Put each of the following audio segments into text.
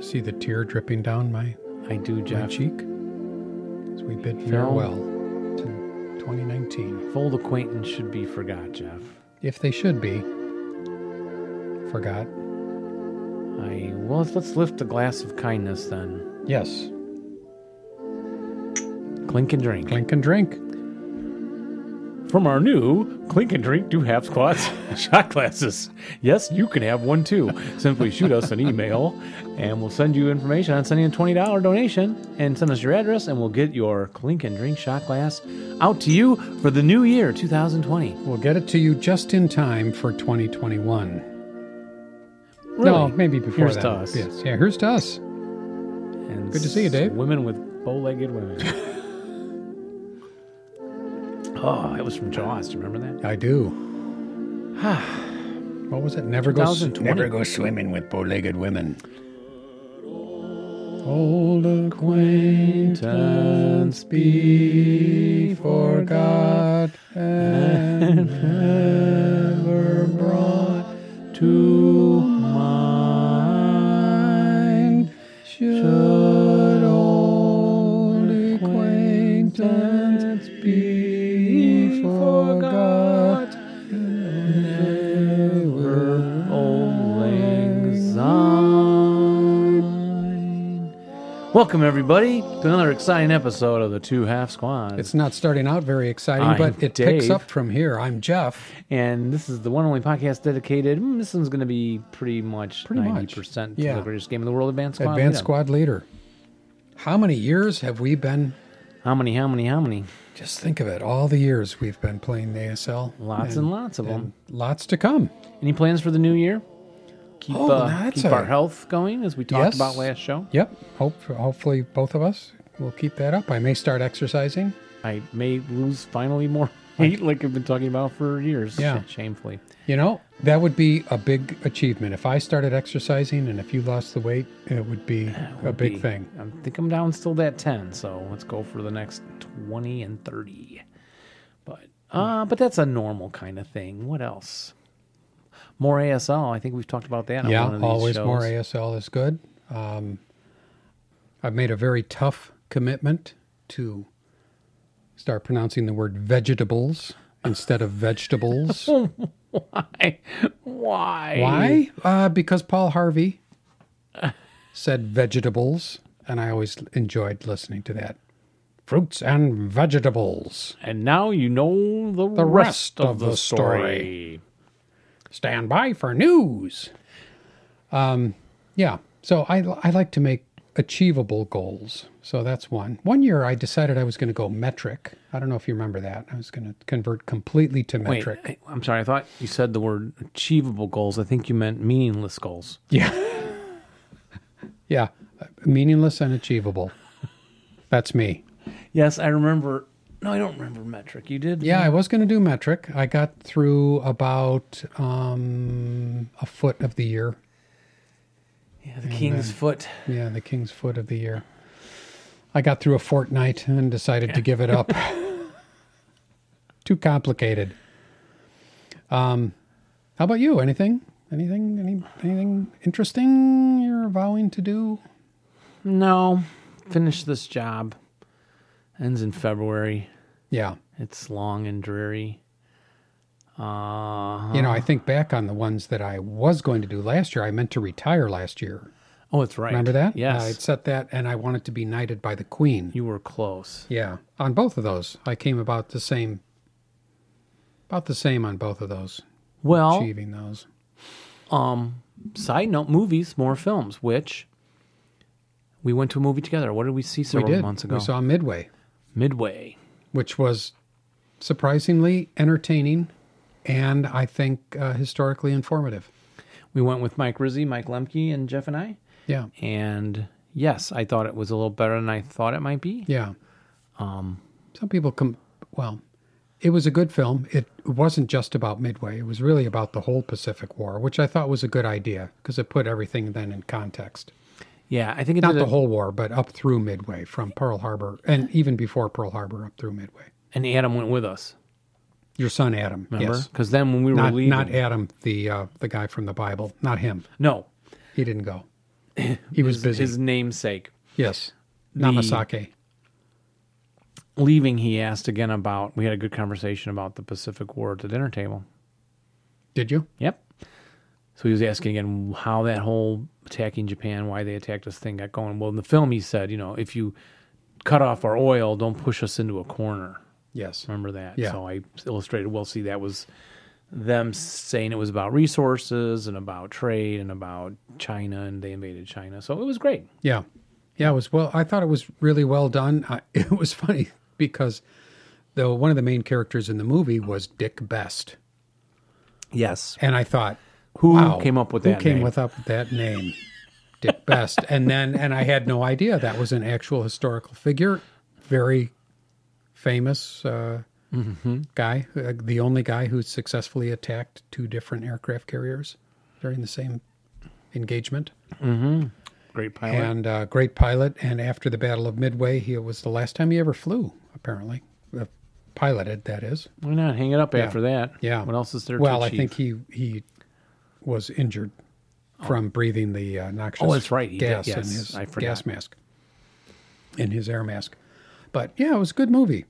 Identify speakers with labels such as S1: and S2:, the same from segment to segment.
S1: See the tear dripping down my,
S2: I do,
S1: my
S2: Jeff.
S1: cheek as we bid
S2: Phil.
S1: farewell to 2019.
S2: Full acquaintance should be forgot, Jeff.
S1: If they should be, forgot.
S2: I well, let's, let's lift a glass of kindness then.
S1: Yes,
S2: Clink and drink
S1: clink and drink.
S2: from our new Clink and Drink Do Half Squats shot glasses. Yes, you can have one too. Simply shoot us an email, and we'll send you information on sending a twenty dollar donation, and send us your address, and we'll get your Clink and Drink shot glass out to you for the new year, two thousand twenty.
S1: We'll get it to you just in time for 2021.
S2: Really?
S1: No, maybe before
S2: Here's
S1: that.
S2: to us.
S1: Yes. Yeah, here's to us.
S2: And
S1: Good to see you, Dave.
S2: Women with bow-legged women. oh, that was from Jaws. Do you remember that?
S1: I do. what was it? Never go,
S2: 2020.
S1: never go swimming with bow-legged women. Old acquaintance be forgot and never brought to mind. Should old acquaintance be forgot?
S2: Never old lang syne. Welcome everybody to another exciting episode of the Two Half Squad.
S1: It's not starting out very exciting,
S2: I'm
S1: but it picks
S2: Dave.
S1: up from here. I'm Jeff.
S2: and this is the one and only podcast dedicated. mm, This one's going to be pretty much
S1: Pretty much.
S2: ninety percent
S1: Yeah.
S2: to the greatest game in the world, Advanced Squad.
S1: Advanced
S2: Leader.
S1: squad leader. How many years have we been?
S2: How many? How many? How many?
S1: Just think of it. All the years we've been playing the ASL.
S2: Lots and, lots of them.
S1: Lots to come.
S2: Any plans for the new year? Keep,
S1: Oh,
S2: uh,
S1: that's
S2: keep our
S1: a-
S2: health going, as we talked
S1: Yes.
S2: about last show.
S1: Yep. Hope, hopefully, both of us will keep that up. I may start exercising.
S2: I may lose finally more weight, like I've been talking about for years.
S1: Yeah.
S2: Sh- shamefully.
S1: You know, that would be a big achievement. If I started exercising and if you lost the weight, it would be a
S2: Would
S1: big
S2: be-
S1: thing.
S2: I think I'm down still that ten, so let's go for the next twenty and thirty. But uh, but that's a normal kind of thing. What else? More ASL. I think we've talked about that. on
S1: yeah,
S2: one of these
S1: always
S2: shows.
S1: more ASL is good. Um, I've made a very tough commitment to start pronouncing the word vegetables instead of vegetables.
S2: Why? Why?
S1: Why? Uh, because Paul Harvey said vegetables, and I always enjoyed listening to that. Fruits and vegetables.
S2: And now you know the,
S1: The rest of the
S2: story.
S1: Stand by for news. Um, yeah. So I, I like to make achievable goals. So that's one. One year I decided I was going to go metric. I don't know if you remember that. I was going to convert completely to
S2: Wait,
S1: metric.
S2: I- I'm sorry. I thought you said the word achievable goals. I think you meant meaningless goals.
S1: Yeah. yeah. Meaningless and achievable. That's me.
S2: Yes, I remember. No, I don't remember metric. You did?
S1: Yeah, I was going to do metric. I got through about um, a foot of the year.
S2: Yeah, the king's foot.
S1: Yeah, the king's foot of the year. I got through a fortnight and decided to give it up. Too complicated. Um, how about you? Anything? Anything? Any, anything interesting you're vowing to do?
S2: No, finish this job. Ends in February.
S1: Yeah.
S2: It's long and dreary. Uh-huh. Uh,
S1: You know, I think back on the ones that I was going to do last year. I meant to retire last year.
S2: oh, it's right.
S1: Remember that? Uh,
S2: Yes.
S1: I set that and I wanted to be knighted by the queen.
S2: you were close.
S1: Yeah, on both of those, I came about the same. About the same on both of those,
S2: Well,
S1: achieving those.
S2: um, side note movies, more films, which we went to a movie together. What did we see
S1: We
S2: several
S1: did.
S2: months ago?
S1: We saw Midway,
S2: Midway.
S1: which was surprisingly entertaining, and I think uh, historically informative.
S2: We went with Mike Rizzi, Mike Lemke, and Jeff and I.
S1: Yeah,
S2: And yes, I thought it was a little better than I thought it might be.
S1: yeah. Um, Some people come. Well, it was a good film. It wasn't just about Midway. It was really about the whole Pacific War, which I thought was a good idea because it put everything then in context.
S2: Yeah, I think it
S1: not
S2: did
S1: the
S2: a-
S1: whole war, but up through Midway from Pearl Harbor, and even before Pearl Harbor, up through Midway.
S2: and Adam went with us.
S1: Your son Adam,
S2: Remember?
S1: yes.
S2: Because then when we were
S1: Not,
S2: leaving,
S1: not Adam, the uh, the guy from the Bible, not him.
S2: no,
S1: He didn't go. He was
S2: his,
S1: busy.
S2: his namesake.
S1: yes. Namasake.
S2: Leaving, he asked again about. We had a good conversation about the Pacific War at the dinner table.
S1: Did you?
S2: Yep. So he was asking again how that whole attacking Japan, why they attacked us thing got going. Well, in the film, he said, you know, if you cut off our oil, don't push us into a corner.
S1: Yes.
S2: Remember that?
S1: Yeah.
S2: So I illustrated, well, see, that was them saying it was about resources and about trade and about China, and they invaded China. So it was great.
S1: Yeah. Yeah, it was well I thought it was really well done. I, it was funny because though one of the main characters in the movie was Dick Best.
S2: Yes.
S1: And I thought
S2: Who
S1: wow,
S2: came up with
S1: who
S2: that?
S1: came
S2: name?
S1: with up with that name? Dick Best. And then and I had no idea that was an actual historical figure, very famous uh,
S2: Mm-hmm.
S1: guy, uh, the only guy who successfully attacked two different aircraft carriers during the same engagement
S2: great pilot.
S1: and uh, great pilot. And after the Battle of Midway, he it was the last time he ever flew. Apparently, uh, piloted that is.
S2: Why not hang it up after that?
S1: Yeah.
S2: What else is there?
S1: Well,
S2: to
S1: I
S2: achieve?
S1: think he he was injured from breathing the uh, noxious.
S2: Oh, that's right, he did,
S1: gas in
S2: yes.
S1: his
S2: I forgot.
S1: gas mask, in his air mask. But yeah, it was a good movie,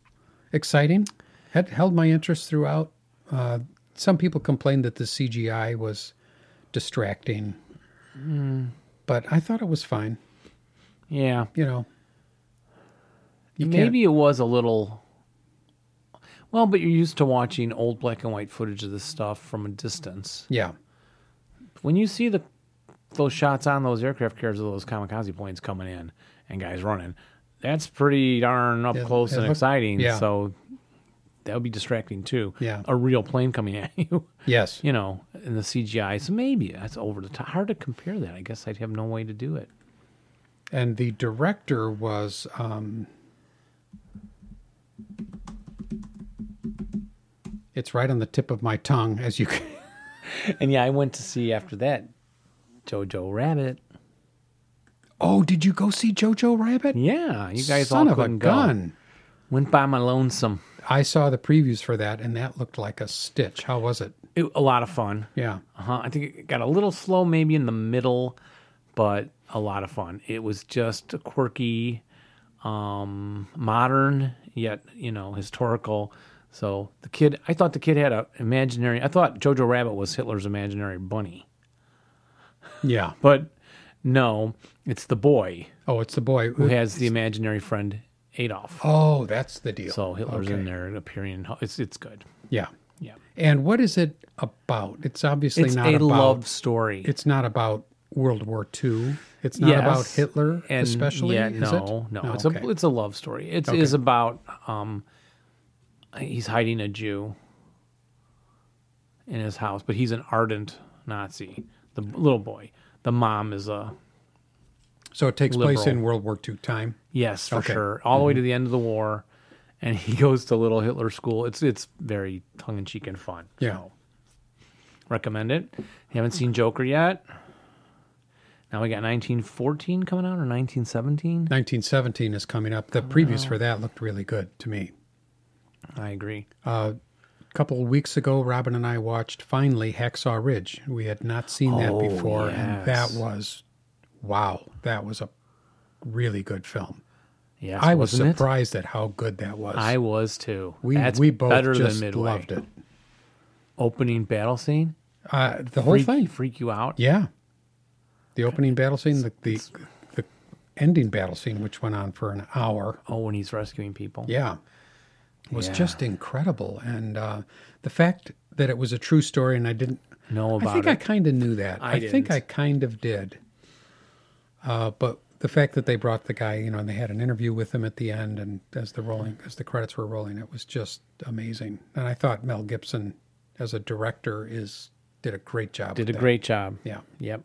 S1: exciting. Had held my interest throughout. Uh, some people complained that the CGI was distracting,
S2: Hmm.
S1: but I thought it was fine.
S2: Yeah.
S1: You know, you can't-
S2: Maybe it was a little. Well, but you're used to watching old black and white footage of this stuff from a distance.
S1: yeah,
S2: When you see the those shots on those aircraft carriers of those kamikaze planes coming in and guys running, that's pretty darn up
S1: It-
S2: close
S1: it
S2: and
S1: look-
S2: exciting.
S1: yeah.
S2: So that would be distracting too.
S1: Yeah.
S2: A real plane coming at you,
S1: yes,
S2: you know, in the CGI. So maybe that's over the top. Hard to compare that. I guess I'd have no way to do it.
S1: and the director was um it's right on the tip of my tongue as you can
S2: And yeah, I went to see after that Jojo Rabbit.
S1: oh did you go see jojo rabbit
S2: Yeah, you guys
S1: son
S2: all
S1: of a
S2: couldn't go.
S1: gun
S2: Went by my lonesome.
S1: i saw the previews for that and that looked like a stitch how was it
S2: It, a lot of fun.
S1: yeah
S2: Uh-huh. I think it got a little slow maybe in the middle, but a lot of fun. It was just a quirky, um, modern yet you know historical. So the kid, I thought the kid had a imaginary. I thought Jojo Rabbit was Hitler's imaginary bunny,
S1: yeah
S2: but no, it's the boy
S1: oh it's the boy
S2: who has the imaginary friend Adolf.
S1: oh that's the deal
S2: So Hitler's
S1: Okay.
S2: in there appearing. in- It's it's good.
S1: yeah
S2: Yeah.
S1: and what is it about it's obviously
S2: It's
S1: not
S2: a
S1: about
S2: love story.
S1: it's not about World War II. It's not about
S2: Yes,
S1: Hitler,
S2: and
S1: especially.
S2: Yeah,
S1: is
S2: no,
S1: it?
S2: no,
S1: Oh,
S2: it's
S1: okay.
S2: a it's a love story. It is
S1: Okay.
S2: about um, he's hiding a Jew in his house, but he's an ardent Nazi. The little boy, the mom is a
S1: so it takes place
S2: liberal.
S1: in World War II time.
S2: yes for
S1: Okay. Mm-hmm.
S2: sure, all the way to the end of the war, and he goes to little Hitler school. It's it's very tongue in cheek and fun.
S1: Yeah.
S2: So, recommend it. You haven't seen Joker yet. Now we got 1914 coming out or 1917.
S1: 1917 is coming up. The previews for that looked really good to me.
S2: I agree.
S1: A couple of weeks ago, Robin and I watched finally Hacksaw Ridge. We had not seen that
S2: Oh,
S1: before, and that
S2: yes.
S1: was wow. That was a really good film.
S2: Yes,
S1: I was
S2: wasn't it?
S1: surprised at how good that was.
S2: I was too.
S1: we
S2: That's
S1: we both
S2: better
S1: just
S2: than Midway.
S1: loved it.
S2: Opening battle scene,
S1: Uh, the whole
S2: freak,
S1: thing.
S2: freak you out.
S1: Yeah. The opening battle scene, the, the the ending battle scene, which went on for an hour.
S2: Oh, when he's rescuing people.
S1: Yeah. Was
S2: Yeah.
S1: just incredible. And uh, the fact that it was a true story and I didn't
S2: Know
S1: I
S2: about
S1: think I
S2: it.
S1: kind of knew that.
S2: I
S1: think
S2: didn't.
S1: I kind of did. Uh, but the fact that they brought the guy, you know, and they had an interview with him at the end, and as the rolling, as the credits were rolling, it was just amazing. And I thought Mel Gibson, as a director, is did a great job.
S2: Did a
S1: with that.
S2: great job.
S1: yeah.
S2: Yep.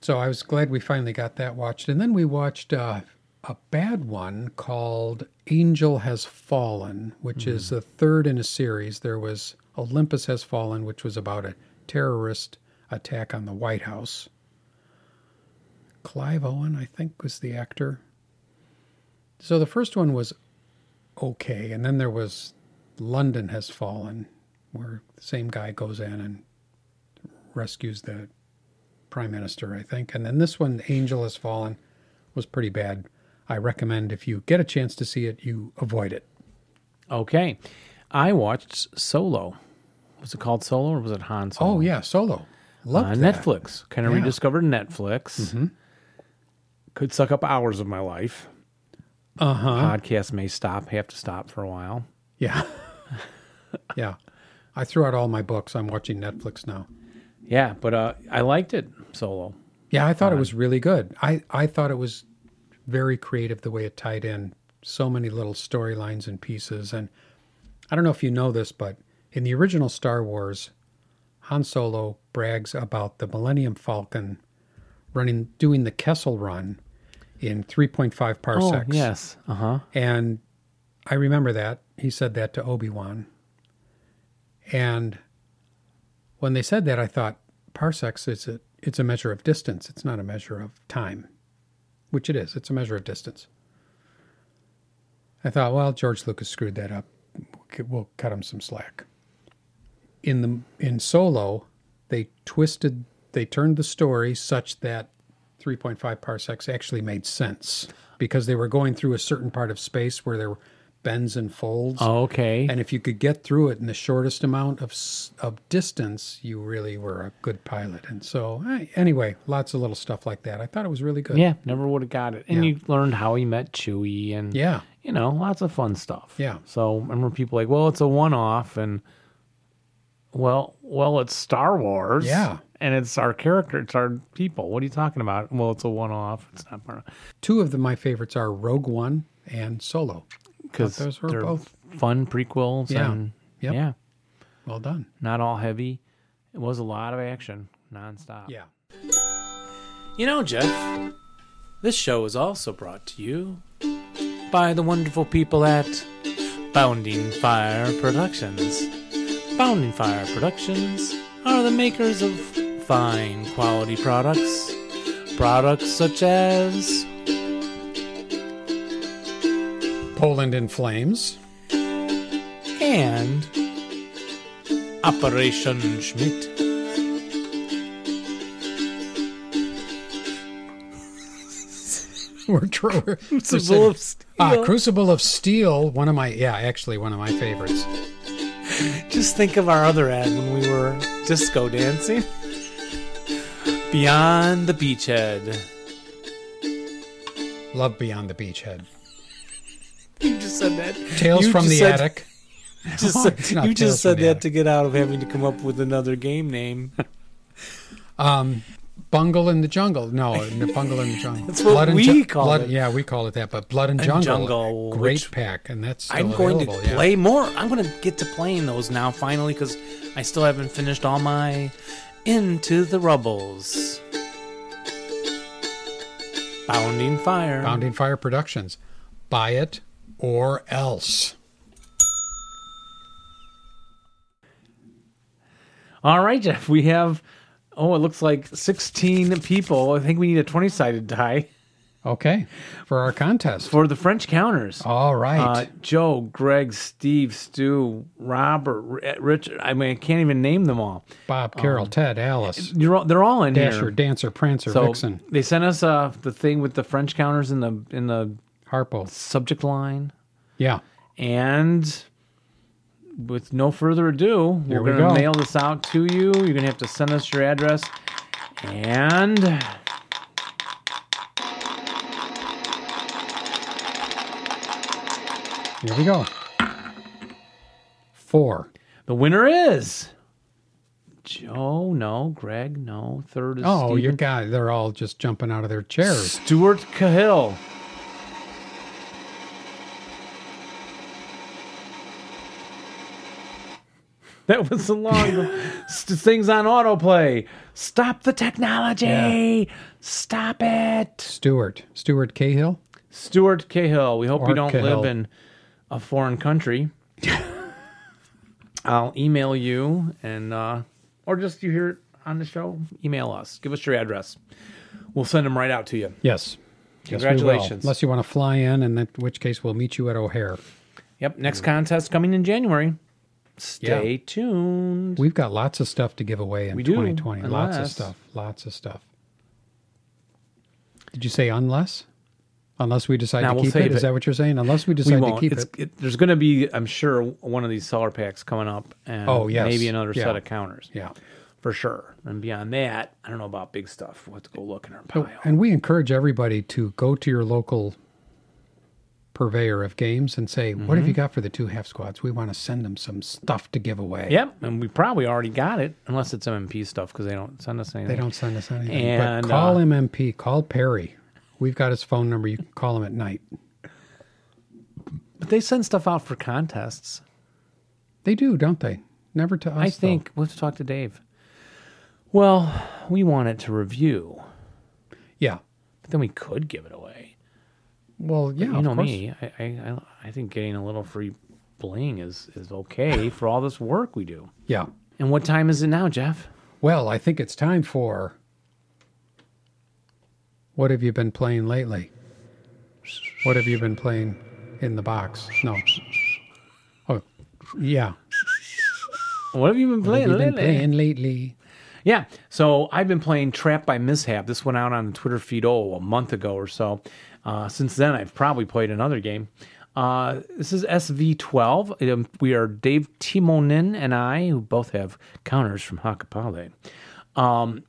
S1: So I was glad we finally got that watched. And then we watched uh, a bad one called Angel Has Fallen, which is the third in a series. There was Olympus Has Fallen, which was about a terrorist attack on the White House. Clive Owen, I think, was the actor. So the first one was okay. And then there was London Has Fallen, where the same guy goes in and rescues the prime minister, I think. And then this one, Angel Has Fallen, was pretty bad. I recommend if you get a chance to see it, you avoid it.
S2: Okay. I watched Solo. Was it called Solo or was it Han Solo?
S1: Oh, yeah, Solo. Love
S2: on
S1: that.
S2: Uh, Netflix. Kind of
S1: Yeah. Mm-hmm.
S2: rediscovered Netflix. Could suck up hours of my life.
S1: Uh huh.
S2: Podcast may stop. Have to stop for a while.
S1: Yeah. yeah. I threw out all my books. I'm watching Netflix now.
S2: Yeah, but uh, I liked it solo.
S1: Yeah, I thought it was really good. I, I thought it was very creative the way it tied in so many little storylines and pieces. And I don't know if you know this, but in the original Star Wars, Han Solo brags about the Millennium Falcon running doing the Kessel run in 3.5 parsecs.
S2: Oh yes. Uh huh.
S1: And I remember that. He said that to Obi Wan. And when they said that, I thought parsecs is a, it's a measure of distance. It's not a measure of time, which it is. It's a measure of distance. I thought, well, George Lucas screwed that up. We'll c- We'll cut him some slack. In the in Solo, they twisted, they turned the story such that 3.5 parsecs actually made sense because they were going through a certain part of space where there were bends and folds.
S2: Oh, Okay.
S1: And if you could get through it in the shortest amount of s- of distance, you really were a good pilot. And so, eh, anyway, lots of little stuff like that. I thought it was really good.
S2: yeah, never would have got it. And you learned how he met Chewie and
S1: yeah,
S2: you know, lots of fun stuff.
S1: Yeah.
S2: So remember people like, well, it's a one off and well well it's Star Wars.
S1: Yeah.
S2: And it's our character, it's our people. What are you talking about? Well, it's a one off. It's not part of
S1: Two of the, my favorites are Rogue One and Solo.
S2: because
S1: those were
S2: they're
S1: both-
S2: fun prequels
S1: Yeah.
S2: and
S1: Yep.
S2: yeah.
S1: Well done.
S2: Not all heavy. It was a lot of action nonstop.
S1: Yeah.
S2: You know, Jeff, this show is also brought to you by the wonderful people at Bounding Fire Productions. Bounding Fire Productions are the makers of fine quality products. Products such as
S1: Poland in Flames.
S2: and Operation Schmidt.
S1: We're true. we're- we're
S2: Crucible of
S1: sitting-
S2: Steel.
S1: Ah, Crucible of Steel. One of my yeah, actually one of my favorites.
S2: Just think of our other ad when we were disco dancing. Beyond the Beachhead.
S1: Love Beyond the Beachhead.
S2: You just said that.
S1: Tales
S2: You
S1: from
S2: just
S1: the
S2: said-
S1: Attic.
S2: just
S1: No,
S2: said-
S1: it's not
S2: you
S1: Tales
S2: just
S1: from
S2: said
S1: the
S2: that
S1: Attic.
S2: to get out of having to come up with another game name.
S1: Bungle in the Jungle. No, in the Bungle in the Jungle.
S2: That's what
S1: and
S2: we call
S1: blood,
S2: it.
S1: Yeah, we call it that. But Blood and
S2: And
S1: Jungle,
S2: Jungle,
S1: great
S2: which-
S1: pack, and that's still
S2: I'm going to
S1: available. yeah.
S2: play more. I'm going to get to playing those now finally because I still haven't finished all my Into the Rubbles. Bounding Fire.
S1: Bounding Fire Productions. Buy it or else.
S2: All right, Jeff. We have, oh, it looks like 16 people. I think we need a 20 sided die
S1: Okay, for our contest.
S2: for the French counters.
S1: All
S2: Uh,
S1: right.
S2: Joe, Greg, Steve, Stu, Robert, R- Richard. I mean, I can't even name them all.
S1: Bob, Carol, Ted, Alice,
S2: You're all, they're all in
S1: Dasher,
S2: um, here.
S1: Dancer, Prancer,
S2: So
S1: Vixen,
S2: they sent us uh, the thing with the French counters in the in the
S1: Harpo.
S2: subject line,
S1: Yeah.
S2: and with no further ado,
S1: Here
S2: we're
S1: we
S2: gonna
S1: go.
S2: mail this out to you. You're gonna have to send us your address, and
S1: Here we go. Four.
S2: the winner is Joe. No, Greg. No, third is
S1: Oh, your
S2: Steven.
S1: guy. They're all just jumping out of their chairs.
S2: Stuart Cahill. That was the long st- things on autoplay. Stop the technology. Stop it.
S1: Stewart. Stewart Cahill.
S2: Stuart Cahill. We hope you
S1: Art
S2: don't
S1: Cahill.
S2: live in a foreign country. I'll email you and uh, or just you hear it on the show, email us. Give us your address. We'll send them right out to you.
S1: Yes. Yes, we will.
S2: Congratulations.
S1: Unless you want to fly in, in that, which case we'll meet you at O'Hare.
S2: Yep, next contest coming in January. Stay tuned.
S1: We've got lots of stuff to give away in
S2: We do,
S1: 2020. Lots of
S2: unless-
S1: stuff. Lots of stuff. Did you say unless? Unless we decide
S2: Nah,
S1: to
S2: we'll
S1: keep it?
S2: save
S1: Is
S2: it.
S1: that what you're saying? Unless we
S2: we
S1: decide to
S2: won't.
S1: keep
S2: It's,
S1: it.
S2: it- there's going to be, I'm sure, one of these seller packs coming up, and
S1: Oh, yes.
S2: maybe another
S1: Yeah.
S2: set of counters
S1: Yeah.
S2: for sure. And beyond that, I don't know about big stuff. We'll have to go look in our pile.
S1: Oh, And we encourage everybody to go to your local purveyor of games and say, What
S2: Mm-hmm.
S1: have you got for the two half squads? We want to send them some stuff to give away.
S2: Yep, and we probably already got it, unless it's MMP stuff because they don't send us anything.
S1: They don't send us anything.
S2: And,
S1: but call
S2: uh,
S1: MMP, call Perry. We've got his phone number. You can call him at night.
S2: But they send stuff out for contests.
S1: They do, don't they? Never to us.
S2: I
S1: though.
S2: think we'll have to talk to Dave. Well, we want it to review,
S1: Yeah.
S2: but then we could give it away.
S1: Well, yeah.
S2: you
S1: of
S2: know
S1: course.
S2: me. I, I I- I think getting a little free bling is is okay for all this work we do.
S1: Yeah.
S2: And what time is it now, Jeff?
S1: Well, I think it's time for. What have you been playing lately? What have you been playing in the box? No. Oh, yeah.
S2: What have you been
S1: What
S2: playing
S1: have you been
S2: lately?
S1: playing lately?
S2: Yeah. So I've been playing Trap by Mishap. This went out on the Twitter feed, oh, a month ago or so. Uh, since then, I've probably played another game. Uh, this is SV12. Um, we are Dave Timonin and I, who both have counters from Hakapale, um,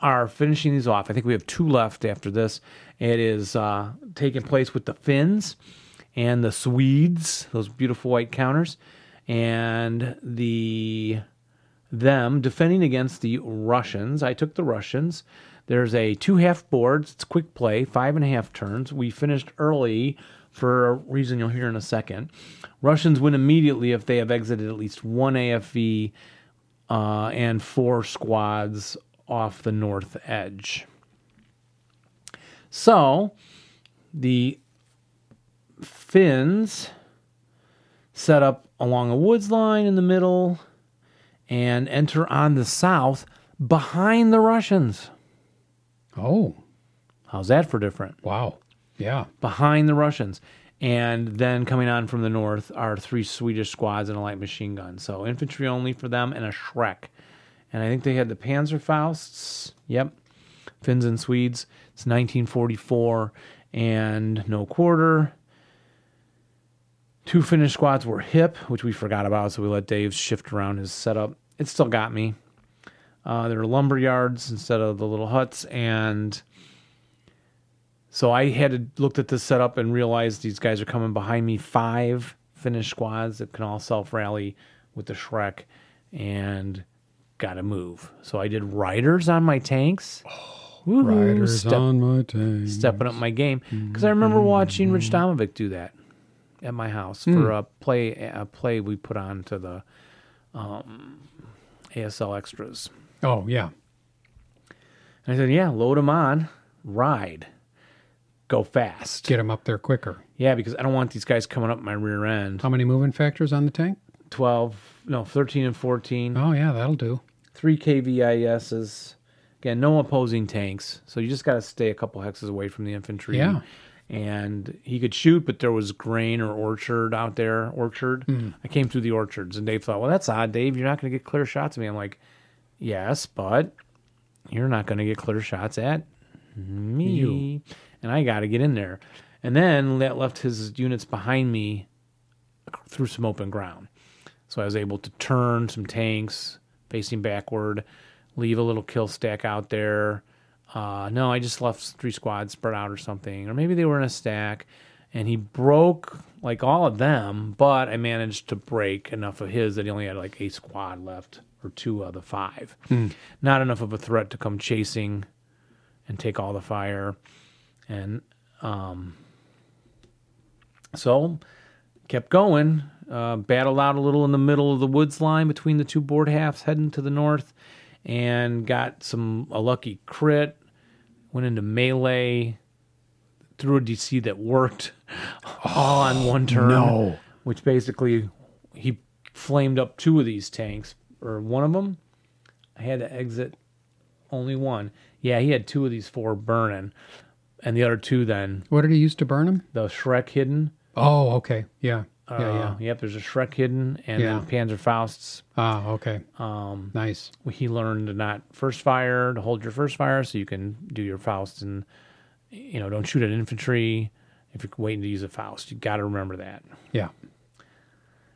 S2: are finishing these off. I think we have two left after this. It is uh, taking place with the Finns and the Swedes, those beautiful white counters, and the them defending against the Russians. I took the Russians. There's a two half boards. It's quick play, five and a half turns. We finished early for a reason you'll hear in a second. Russians win immediately if they have exited at least one AFV uh, and four squads off the north edge. So the Finns set up along a woods line in the middle and enter on the south behind the Russians.
S1: Oh,
S2: How's that for different?
S1: wow. Yeah.
S2: Behind the Russians. And then coming on from the north are three Swedish squads and a light machine gun. So infantry only for them and a Shrek. And I think they had the Panzerfausts. Yep. Finns and Swedes. It's 1944 and no quarter. Two Finnish squads were hip, which we forgot about, so we let Dave shift around his setup. It still got me. Uh, there were lumber yards instead of the little huts, and so I had looked at this setup and realized these guys are coming behind me. Five Finnish squads that can all self rally with the Shrek, and got to move. So I did riders on my tanks. Woohoo,
S1: Oh, Riders
S2: step
S1: on my tank.
S2: stepping up my game because I remember watching Rich Domovic do that at my house for a play a play we put on to the um, ASL extras.
S1: Oh, yeah.
S2: And I said, "Yeah, load them on, ride, go fast."
S1: Get them up there quicker.
S2: yeah, because I don't want these guys coming up my rear end.
S1: How many moving factors on the tank?
S2: Twelve, no, thirteen and fourteen.
S1: Oh, yeah, that'll do.
S2: three KVISs. Again, no opposing tanks, so you just got to stay a couple hexes away from the infantry.
S1: Yeah.
S2: And he could shoot, but there was grain or orchard out there. Orchard. I came through the orchards, and Dave thought, "Well, that's odd, Dave. You're not going to get clear shots at me." I'm like, "Yes, but you're not going to get clear shots at me, and I got to get in there." And then that left his units behind me through some open ground. So I was able to turn some tanks facing backward, leave a little kill stack out there. Uh, no, I just left three squads spread out or something, or maybe they were in a stack. And he broke like all of them, but I managed to break enough of his that he only had like a squad left or two of the five. Not enough of a threat to come chasing and take all the fire. And um, so kept going, uh, battled out a little in the middle of the woods line between the two board halves, heading to the north, and got some a lucky crit. Went into melee, threw a DC that worked all on one turn.
S1: no.
S2: Which basically he flamed up two of these tanks, or one of them. I had to exit only one. Yeah, he had two of these four burning, and the other two then
S1: What did he use to burn them?
S2: the Shrek hidden
S1: Oh, okay. Yeah.
S2: Uh,
S1: yeah.
S2: Yep, there's a Shrek hidden, and
S1: Yeah.
S2: then Panzerfaust's.
S1: Ah, okay. Um, nice.
S2: He learned to not first fire, to hold your first fire, so you can do your Faust, and you know, don't shoot at infantry if you're waiting to use a Faust. You got to remember that.
S1: Yeah.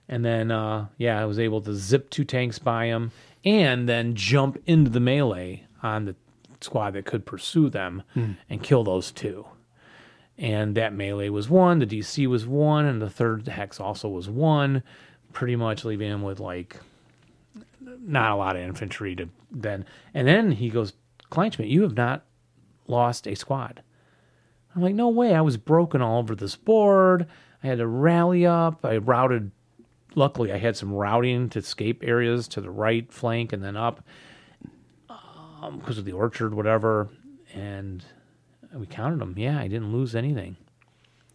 S2: And then, uh, yeah, I was able to zip two tanks by him and then jump into the melee on the squad that could pursue them and kill those two. And that melee was one, the DC was one, and the third hex also was one, pretty much leaving him with like not a lot of infantry to then. And then he goes, Kleinschmidt, you have not lost a squad. I'm like, no way. I was broken all over this board. I had to rally up. I routed. Luckily, I had some routing to escape areas to the right flank and then up because of the orchard, whatever. And we counted them. Yeah, I didn't lose anything.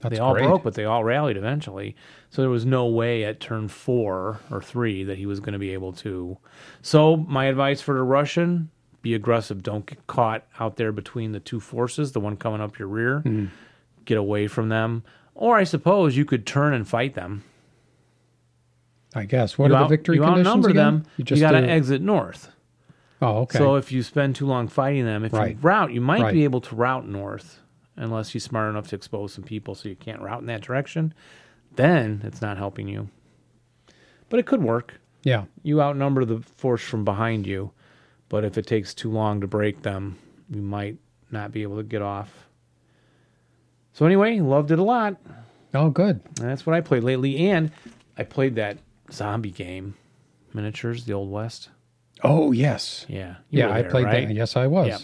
S1: That's
S2: they all
S1: great.
S2: broke, but they all rallied eventually. So there was no way at turn four or three that he was going to be able to. So my advice for the Russian: be aggressive. Don't get caught out there between the two forces. The one coming up your rear,
S1: Mm-hmm.
S2: get away from them. Or I suppose you could turn and fight them.
S1: I guess. What
S2: You,
S1: are the
S2: out-
S1: victory
S2: you
S1: conditions
S2: outnumber
S1: again?
S2: them. You, got to
S1: do-
S2: exit north.
S1: Oh, okay.
S2: So if you spend too long fighting them, if
S1: Right.
S2: you route, you might
S1: Right.
S2: be able to route north unless you're smart enough to expose some people so you can't route in that direction. Then it's not helping you. But it could work.
S1: yeah.
S2: You outnumber the force from behind you, but if it takes too long to break them, you might not be able to get off. So anyway, loved it a lot.
S1: Oh, good.
S2: And that's what I played lately and I played that zombie game, miniatures, the old west.
S1: Oh, yes.
S2: Yeah. You
S1: Yeah,
S2: were
S1: I
S2: there,
S1: played
S2: right? Oh.
S1: that. Yes, I was.
S2: Yep.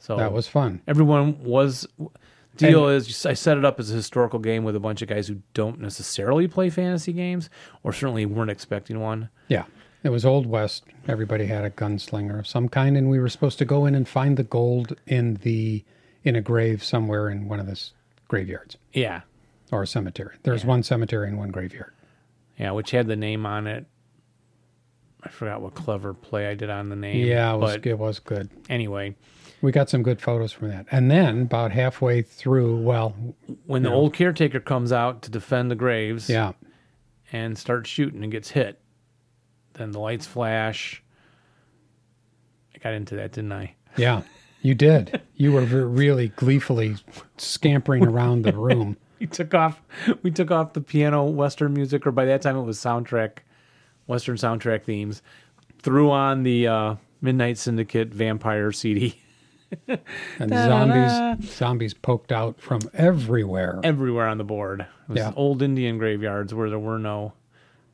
S2: So
S1: That was fun.
S2: everyone was deal is I set it up as a historical game with a bunch of guys who don't necessarily play fantasy games or certainly weren't expecting one.
S1: Yeah. It was Old West. Everybody had a gunslinger of some kind, and we were supposed to go in and find the gold in the in a grave somewhere in one of the s- graveyards
S2: Yeah.
S1: or a cemetery. There's one cemetery and one graveyard.
S2: Yeah, which had the name on it. I forgot what clever play I did on the name.
S1: Yeah, it was,
S2: but
S1: it was good.
S2: anyway,
S1: We got some good photos from that. And then about halfway through, well,
S2: when the old caretaker comes out to defend the graves
S1: yeah,
S2: and starts shooting and gets hit, then the lights flash. I got into that, didn't I?
S1: yeah, you did. You were ver- really gleefully scampering around the room.
S2: we took off we took off the piano western music or by that time it was soundtrack western soundtrack themes threw on the uh, midnight syndicate vampire cd
S1: and
S2: Da-da-da.
S1: zombies zombies poked out from everywhere.
S2: everywhere on the board it was
S1: Yeah.
S2: old indian graveyards where there were no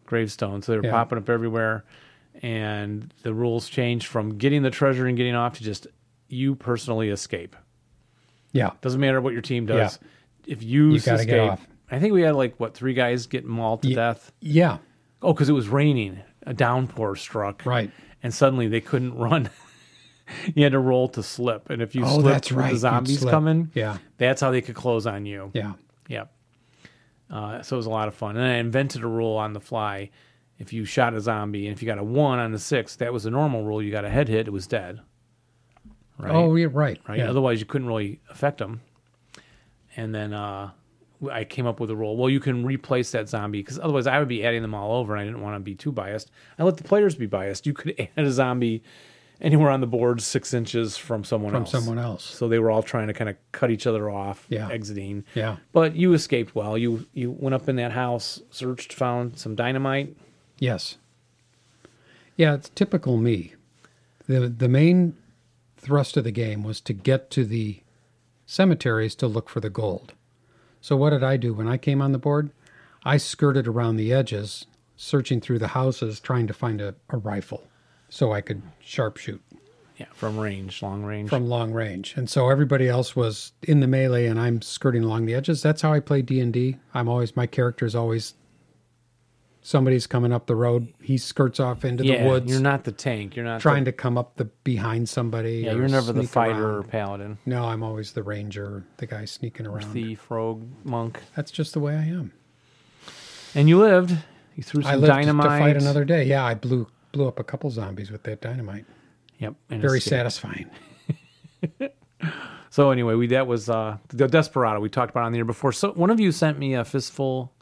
S2: gravestones so they were
S1: Yeah.
S2: popping up everywhere and the rules changed from getting the treasure and getting off to just you personally escape
S1: Yeah,
S2: doesn't matter what your team does if you,
S1: You gotta
S2: escape
S1: get off.
S2: i think we had like what three guys get mauled to death
S1: yeah,
S2: Oh, because it was raining. A downpour struck.
S1: right.
S2: And suddenly they couldn't run. you had to roll to slip. And if you
S1: Oh,
S2: slipped
S1: that's
S2: with
S1: right.
S2: the
S1: you'd
S2: zombies
S1: slip.
S2: coming,
S1: Yeah,
S2: that's how they could close on you.
S1: yeah.
S2: Yep. Uh, so it was a lot of fun. And I invented a rule on the fly. If you shot a zombie and if you got a one on the six, that was a normal rule. You got a head hit, it was dead. Right
S1: Oh, yeah, right.
S2: right?
S1: Yeah.
S2: Otherwise, you couldn't really affect them. And then uh, I came up with a rule. Well, you can replace that zombie because otherwise, I would be adding them all over, and I didn't want to be too biased. I let the players be biased. You could add a zombie anywhere on the board, six inches from someone
S1: From
S2: else.
S1: someone else.
S2: So they were all trying to kind of cut each other off,
S1: Yeah.
S2: exiting.
S1: Yeah.
S2: But you escaped well. You you went up in that house, searched, found some dynamite.
S1: Yes. Yeah, it's typical me. the The main thrust of the game was to get to the cemeteries to look for the gold. So what did I do when I came on the board? I skirted around the edges, searching through the houses, trying to find a, a rifle, so I could sharpshoot.
S2: Yeah, from range, long range.
S1: from long range and so everybody else was in the melee and i'm skirting along the edges that's how i play d&d i'm always my character is always somebody's coming up the road he skirts off into
S2: yeah,
S1: the woods
S2: You're not the tank. You're not
S1: trying to come up the behind somebody
S2: The, yeah,
S1: or
S2: you're never the
S1: sneak
S2: fighter or
S1: around.
S2: paladin.
S1: no i'm always the ranger the guy sneaking around
S2: thief, rogue, monk.
S1: that's just the way i am
S2: And you lived. You threw some
S1: i lived
S2: dynamite.
S1: to fight another day yeah i blew blew up a couple zombies with that dynamite
S2: Yep. and
S1: very
S2: escaped.
S1: satisfying
S2: So anyway, we that was uh, the Desperado we talked about on the year before. So one of you sent me a fistful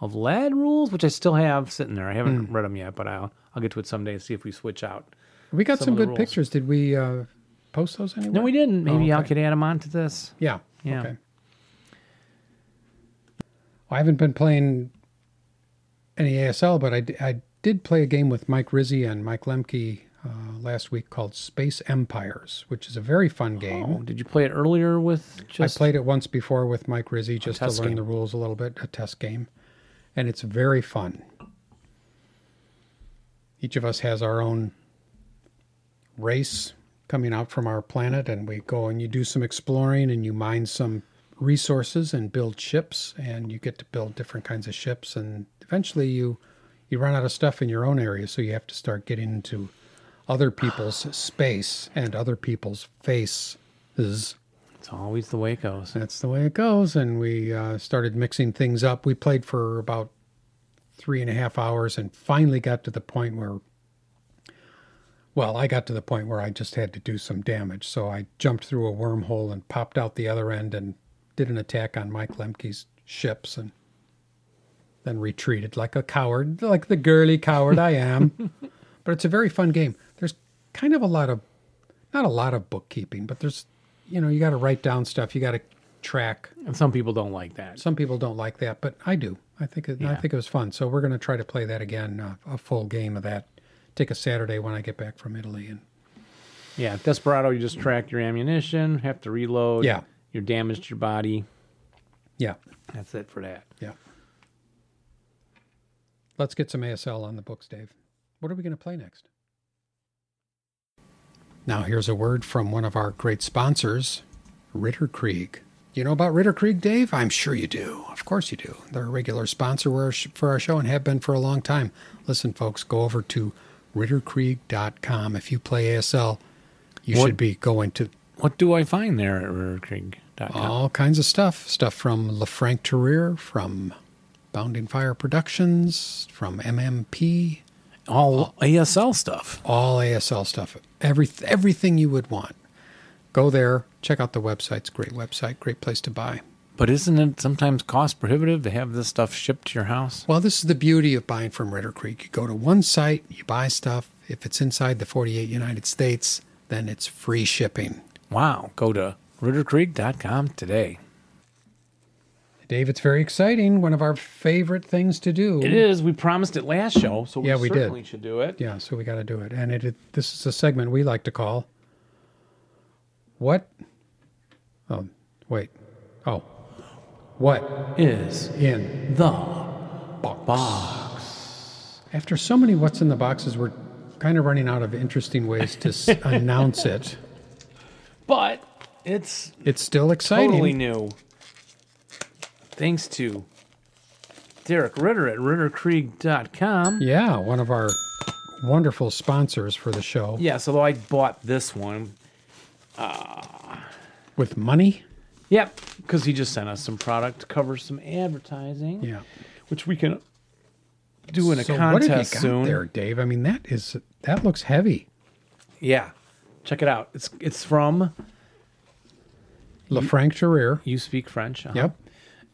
S2: of lead rules, which I still have sitting there. I haven't
S1: Hmm.
S2: read them yet, but I'll I'll get to it someday and see if we switch out.
S1: We got some,
S2: Some of the
S1: good
S2: rules.
S1: pictures. Did we uh, post those anywhere?
S2: No, we didn't. Maybe
S1: Oh,
S2: I
S1: okay.
S2: could add them onto this.
S1: Yeah.
S2: Yeah.
S1: Okay. I haven't been playing any ASL, but I, d- I did play a game with Mike Rizzi and Mike Lemke uh, last week called Space Empires, which is a very fun game.
S2: Oh, did you play it earlier with
S1: I
S2: just?
S1: played it once before with Mike Rizzi just to
S2: test
S1: learn
S2: game.
S1: the rules a little bit, a test game. And it's very fun. Each of us has our own race coming out from our planet, and we go and you do some exploring and you mine some resources and build ships, and you get to build different kinds of ships. And eventually you you run out of stuff in your own area, so you have to start getting into other people's space and other people's faces.
S2: It's always the way it goes.
S1: That's the way it goes. And we uh, started mixing things up. We played for about three and a half hours and finally got to the point where, well, I got to the point where I just had to do some damage. So I jumped through a wormhole and popped out the other end and did an attack on Mike Lemke's ships and then retreated like a coward, like the girly coward I am. but it's a very fun game. There's kind of a lot of, not a lot of bookkeeping, but there's, you know, you got to write down stuff, you got to track.
S2: And some people don't like that.
S1: Some people don't like that, but I do. I think it, I think it was fun. So we're going to try to play that again, uh, a full game of that. Take a Saturday when I get back from Italy, and
S2: Yeah, Desperado, you just track your ammunition, have to reload.
S1: Yeah.
S2: You're damaged your body.
S1: yeah,
S2: That's it for that.
S1: yeah. Let's get some ASL on the books, Dave. What are we going to play next? Now here's a word from one of our great sponsors, Ritter Krieg. You know about Ritter Krieg, Dave? I'm sure you do. Of course you do. They're a regular sponsor for our sh- for our show and have been for a long time. Listen, folks, go over to ritterkrieg.com. If you play ASL, you
S2: What-
S1: should be going to
S2: What do I find there at RiverCreek.com?
S1: all kinds of stuff. Stuff from LeFranc Terrier, from Bounding Fire Productions, from MMP,
S2: All ASL stuff.
S1: all ASL stuff, every, everything you would want. Go there, check out the website. It's a great website, great place to buy.
S2: But isn't it sometimes cost prohibitive to have this stuff shipped to your house?
S1: Well, this is the beauty of buying from Ritter Creek. You go to one site, you buy stuff. If it's inside the 48 United States, then it's free shipping.
S2: Wow. Go to RiverCreek.com today.
S1: Dave, it's very exciting. One of our favorite things to do.
S2: It is. We promised it last show, so we,
S1: Yeah, we did.
S2: certainly should do it.
S1: Yeah, so we got to do it. And it, it this is a segment we like to call What Oh, wait. Oh. What
S2: Is
S1: in
S2: the
S1: box.
S2: box.
S1: After so many what's in the boxes, we're kind of running out of interesting ways to s- announce it.
S2: But it's
S1: It's still exciting.
S2: totally new. Thanks to Derek Ritter at RitterCreek.com.
S1: Yeah, one of our wonderful sponsors for the show
S2: Yes, although I bought this one.
S1: with money.
S2: Yep, because he just sent us some product to cover some advertising,
S1: Yeah.
S2: which we can do in a
S1: so what have you got
S2: contest soon.
S1: there, Dave? I mean, that is that looks heavy.
S2: Yeah, check it out. It's it's from
S1: LeFranc Terrier.
S2: You Speak French. uh-huh.
S1: Yep.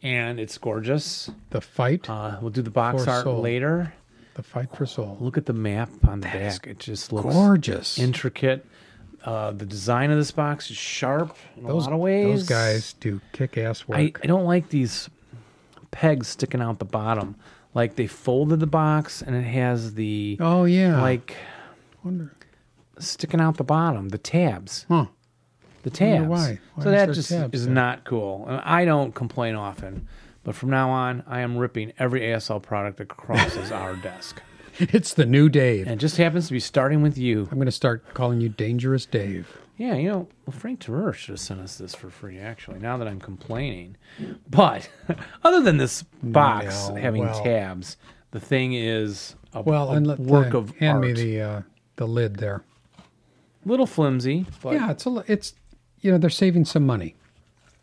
S2: and it's gorgeous.
S1: The fight.
S2: Uh, we'll do the box
S1: For
S2: art
S1: soul.
S2: later.
S1: The Fight for Soul.
S2: Look at the map on the back. It just looks
S1: Gorgeous.
S2: intricate. Uh, the design of this box is sharp in
S1: those,
S2: a lot of ways.
S1: those guys do kick ass
S2: I,
S1: work.
S2: I don't like these pegs sticking out the bottom. Like they folded the box and it has the
S1: oh yeah.
S2: like
S1: wonder,
S2: sticking out the bottom, the tabs,
S1: huh?
S2: the tabs.
S1: why. Why
S2: so
S1: is
S2: that
S1: there
S2: just
S1: tabs
S2: is
S1: there?
S2: not cool. And I don't complain often, but from now on, I am ripping every ASL product that crosses our desk.
S1: It's the new Dave.
S2: And it just happens to be starting with you.
S1: I'm gonna start calling you Dangerous Dave.
S2: Yeah, you know, well, Frank Terreur should have sent us this for free, actually, now that I'm complaining. But other than this box
S1: No,
S2: having
S1: Mm, well.
S2: tabs, the thing is a,
S1: Well,
S2: a
S1: and let
S2: work
S1: uh,
S2: of
S1: hand
S2: art.
S1: me the uh, the lid there.
S2: Little flimsy, but
S1: yeah, it's a li- it's you know they're saving some money.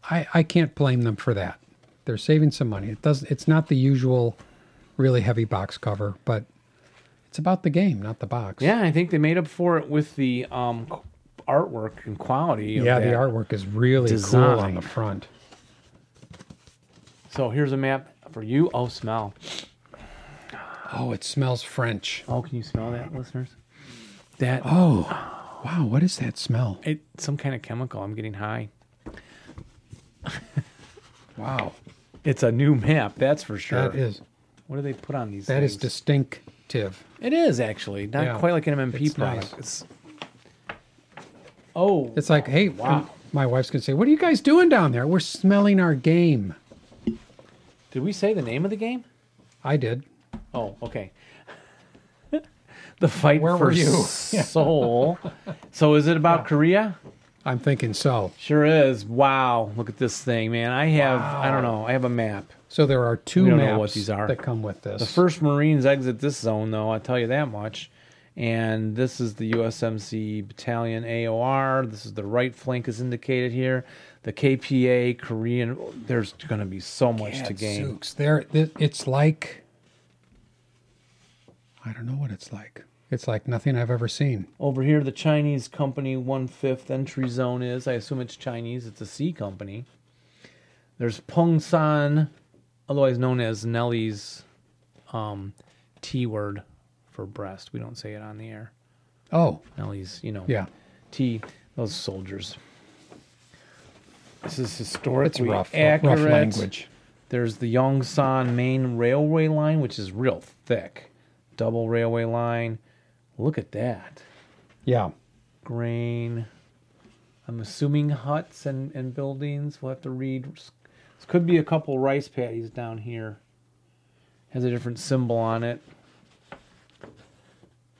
S1: I I can't blame them for that. They're saving some money. It does. It's not the usual, really heavy box cover, but it's about the game, not the box.
S2: yeah, I think they made up for it with the um, qu- artwork and quality. Of
S1: Yeah, the
S2: that.
S1: artwork is really cool on
S2: Design.
S1: the front.
S2: So here's a map For you, oh, smell.
S1: Oh, it smells French.
S2: Oh, can you smell that, listeners? That
S1: Oh, wow. What is that smell?
S2: it, some kind of chemical. I'm getting high.
S1: Wow.
S2: It's a new map, that's for sure.
S1: That is
S2: What do they put on these?
S1: that is
S2: things?
S1: distinctive.
S2: It is actually not
S1: Yeah.
S2: quite like an MMP
S1: It's
S2: product.
S1: nice.
S2: It's oh,
S1: It's like, hey, wow. My wife's gonna say, "What are you guys doing down there? We're smelling our game."
S2: did we say the name of the game?
S1: I did.
S2: Oh, okay. the fight
S1: Where
S2: for
S1: were you?
S2: Soul. so is it about Korea?
S1: I'm thinking so.
S2: Sure is. Wow, look at this thing, man. I have I don't know. I have a map.
S1: So there are two
S2: We don't
S1: maps
S2: know what these are.
S1: that come with this.
S2: The first Marines exit this zone, though, I'll tell you that much. And this is the USMC Battalion AOR. This is the right flank, is indicated here. The KPA, Korean. There's going to be so much to gain.
S1: Gadzooks. There, th- it's like I don't know what it's like. It's like nothing I've ever seen.
S2: Over here, the Chinese company, one fifth entry zone is. I assume it's Chinese. It's a C company. There's Pongsan, otherwise known as Nelly's um, T word for breast. We don't say it on the air.
S1: Oh,
S2: Nelly's, you know.
S1: yeah,
S2: T, those soldiers. This is historically
S1: it's rough, rough,
S2: accurate.
S1: rough language.
S2: There's the Yongsan main railway line, which is real thick. Double railway line. Look at that.
S1: Yeah,
S2: Grain. I'm assuming huts and, and buildings. We'll have to read. This could be a couple rice paddies down here. Has a different symbol on it.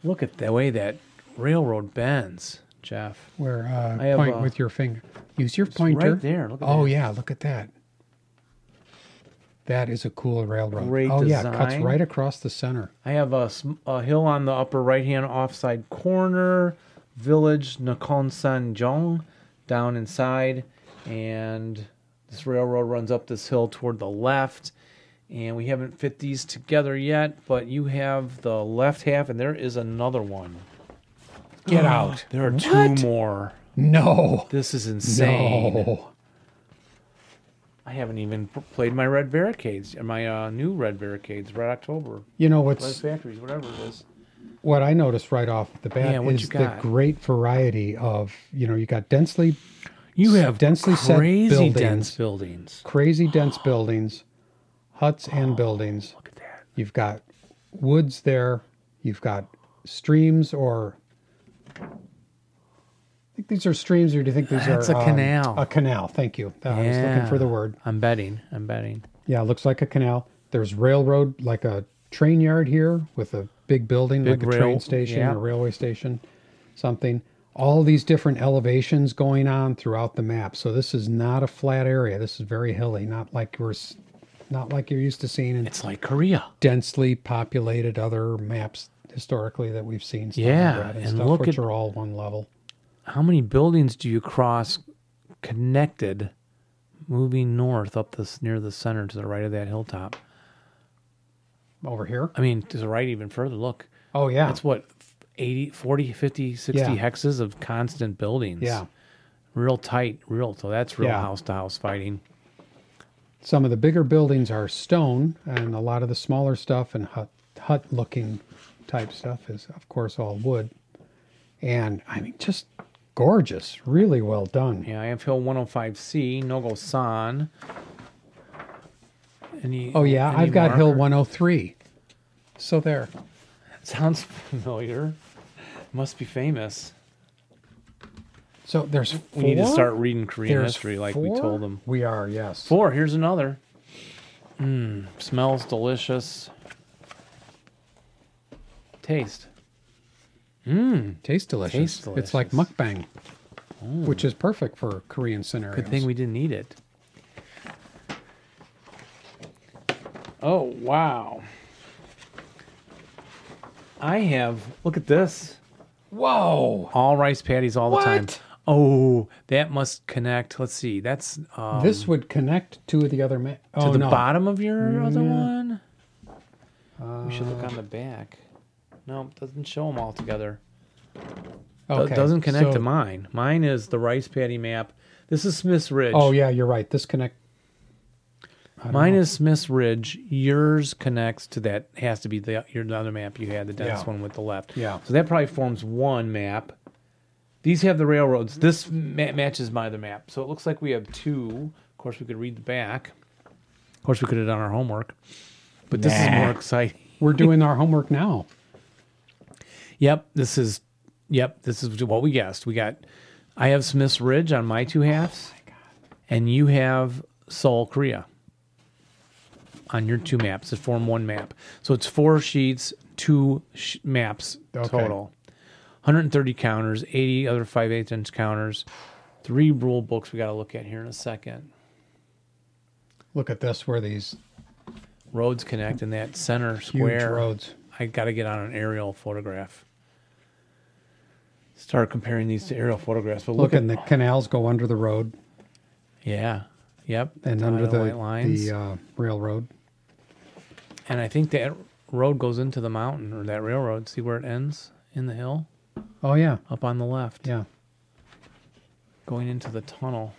S2: Look at the way that railroad bends, Jeff.
S1: where uh,
S2: I have,
S1: point
S2: uh,
S1: with your finger. Use your
S2: right
S1: pointer.
S2: there, look at
S1: oh
S2: that.
S1: yeah, look at that. That is a cool railroad.
S2: Great
S1: oh yeah, cuts
S2: design.
S1: right across the center.
S2: I have a, sm- a hill on the upper right hand offside corner, village Nakonsanjong down inside, and this railroad runs up this hill toward the left. And we haven't fit these together yet, but you have the left half, and there is another one.
S1: Get out.
S2: There are
S1: What?
S2: two more.
S1: No,
S2: This is insane.
S1: no.
S2: I haven't even p- played my red barricades, my uh, new red barricades, red October,
S1: You know
S2: red
S1: what's
S2: factories, whatever it is.
S1: what I noticed right off the bat
S2: Yeah, what you
S1: is the
S2: got?
S1: great variety of you know you got densely
S2: You have
S1: densely set
S2: crazy
S1: buildings.
S2: dense buildings.
S1: crazy dense buildings, huts and buildings.
S2: Oh, Look at that.
S1: You've got woods there. You've got streams or I think these are streams or do you think these
S2: That's
S1: are
S2: a
S1: um,
S2: canal.
S1: a canal. Thank you. Uh, I was looking for the word.
S2: I'm betting. I'm betting.
S1: Yeah, it looks like a canal. There's railroad like a train yard here with a big building
S2: Big
S1: like a
S2: rail-
S1: train station
S2: yeah.
S1: or railway station something. All these different elevations going on throughout the map. So this is not a flat area. This is very hilly, not like we're s- not like you're used to seeing in
S2: It's like Korea.
S1: densely populated other maps historically that we've seen. stuff like
S2: Yeah,
S1: that
S2: and look
S1: which
S2: at-
S1: are all one level.
S2: How many buildings do you cross connected moving north up this near the center to the right of that hilltop?
S1: Over here.
S2: I mean, to the right even further. Look,
S1: Oh yeah,
S2: that's what 80, 40, 50, 60
S1: Yeah.
S2: hexes of constant buildings.
S1: yeah.
S2: Real tight, real. So that's real
S1: Yeah.
S2: house to house fighting.
S1: Some of the bigger buildings are stone, and a lot of the smaller stuff and hut hut looking type stuff is of course all wood. And I mean, just gorgeous, really well done.
S2: Yeah, I have Hill 105C, Nogo San. Any,
S1: Oh yeah,
S2: any
S1: I've got Hill
S2: marker?
S1: 103. So there.
S2: Sounds familiar. Must be famous.
S1: So there's four.
S2: We need to start reading Korean
S1: There's
S2: history like
S1: four?
S2: we told them.
S1: We are yes.
S2: Four, here's another. Mmm, smells delicious. Taste.
S1: Tastes delicious.
S2: Tastes
S1: It's like
S2: delicious. Oh.
S1: mukbang, which is perfect for Korean scenarios.
S2: Good thing we didn't eat it. Oh, wow. I have, look at this.
S1: Whoa!
S2: All rice patties all the time.
S1: What?
S2: Oh, that must connect. Let's see. That's um,
S1: this would connect two of the other. Ma-
S2: to
S1: oh
S2: the
S1: no! Mm,
S2: bottom of your other one.
S1: Uh,
S2: we should look on the back. No, it doesn't show them all together. Do-
S1: Okay,
S2: doesn't connect
S1: so-
S2: to mine. Mine is the rice paddy map. This is Smith's Ridge.
S1: Oh yeah, you're right. This connect. I don't
S2: Mine is Smith's Ridge. Yours connects to that. Has to be the your the other map you had, the dense
S1: Yeah.
S2: one with the left.
S1: Yeah.
S2: So that probably forms one map. These have the railroads. This ma- matches my other map. So it looks like we have two. Of course, we could read the back. Of course, we could have done our homework. But this is
S1: Nah.
S2: more exciting.
S1: We're doing our homework now.
S2: Yep, this is. Yep, this is what we guessed. We got. I have Smith's Ridge on my
S1: Oh
S2: two halves, and you have Seoul, Korea. On your two maps, that form one map. So it's four sheets, two sh- maps
S1: Okay.
S2: total. 130 counters, 80 other 5 8 inch counters, three rule books we got to look at here in a second.
S1: Look at this where these
S2: Roads connect in that center
S1: huge
S2: square.
S1: roads.
S2: I got to get on an aerial photograph. Start comparing these to aerial photographs. But
S1: Look,
S2: look,
S1: and
S2: at
S1: the canals go under the road
S2: yeah, yep,
S1: and
S2: dotted
S1: under
S2: white
S1: the
S2: lines.
S1: the uh, railroad.
S2: and I think that road goes into the mountain or that railroad. See where it ends in the hill
S1: Oh yeah,
S2: up on the left,
S1: yeah.
S2: going into the tunnel.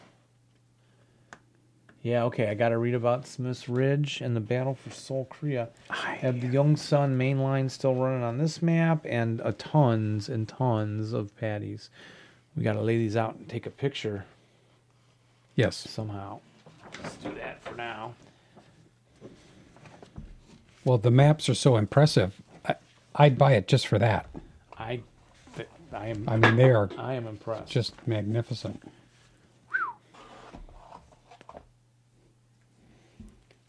S2: Yeah, okay, I got to read about Smith's Ridge and the battle for Seoul, Korea. have the Yongsan main line still running on this map and a tons and tons of patties. We got to lay these out and take a picture
S1: Yes.
S2: somehow. Let's do that for now.
S1: Well, the maps are so impressive. I, I'd buy it just for that.
S2: I, th- I am,
S1: I mean, they are
S2: I am impressed.
S1: just magnificent.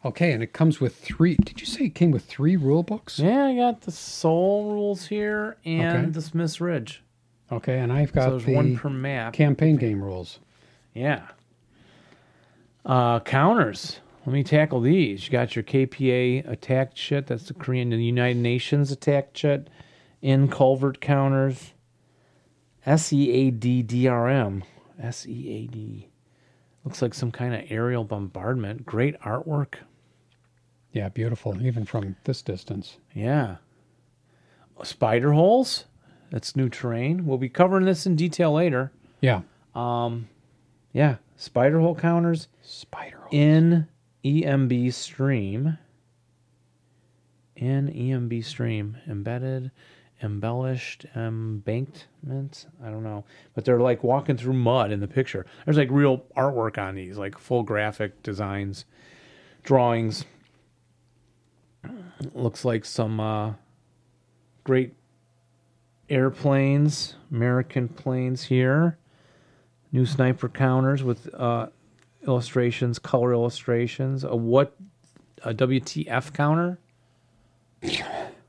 S1: Okay, and it comes with three. Did you say it came with three rule books?
S2: yeah, I got the Soul rules here and
S1: Okay.
S2: the Smith's Ridge.
S1: Okay, and I've
S2: So
S1: got
S2: there's
S1: the
S2: one per map.
S1: campaign game rules.
S2: Yeah. Uh, counters. Let me tackle these. You got your KPA attack shit. That's the Korean and United Nations attack shit. In culvert counters. S E A D D R M. S E A D. Looks like some kind of aerial bombardment. Great artwork.
S1: Yeah, beautiful, even from this distance.
S2: Yeah. Spider holes. That's new terrain. We'll be covering this in detail later.
S1: Yeah,
S2: Yeah. Spider hole counters.
S1: spider. hole.
S2: in EMB stream. In EMB stream, embedded, embellished, embankment. I don't know, but they're like walking through mud in the picture. There's like real artwork on these, like full graphic designs, drawings. Looks like some uh, great airplanes, American planes here. New sniper counters with uh, illustrations, color illustrations, a what a WTF counter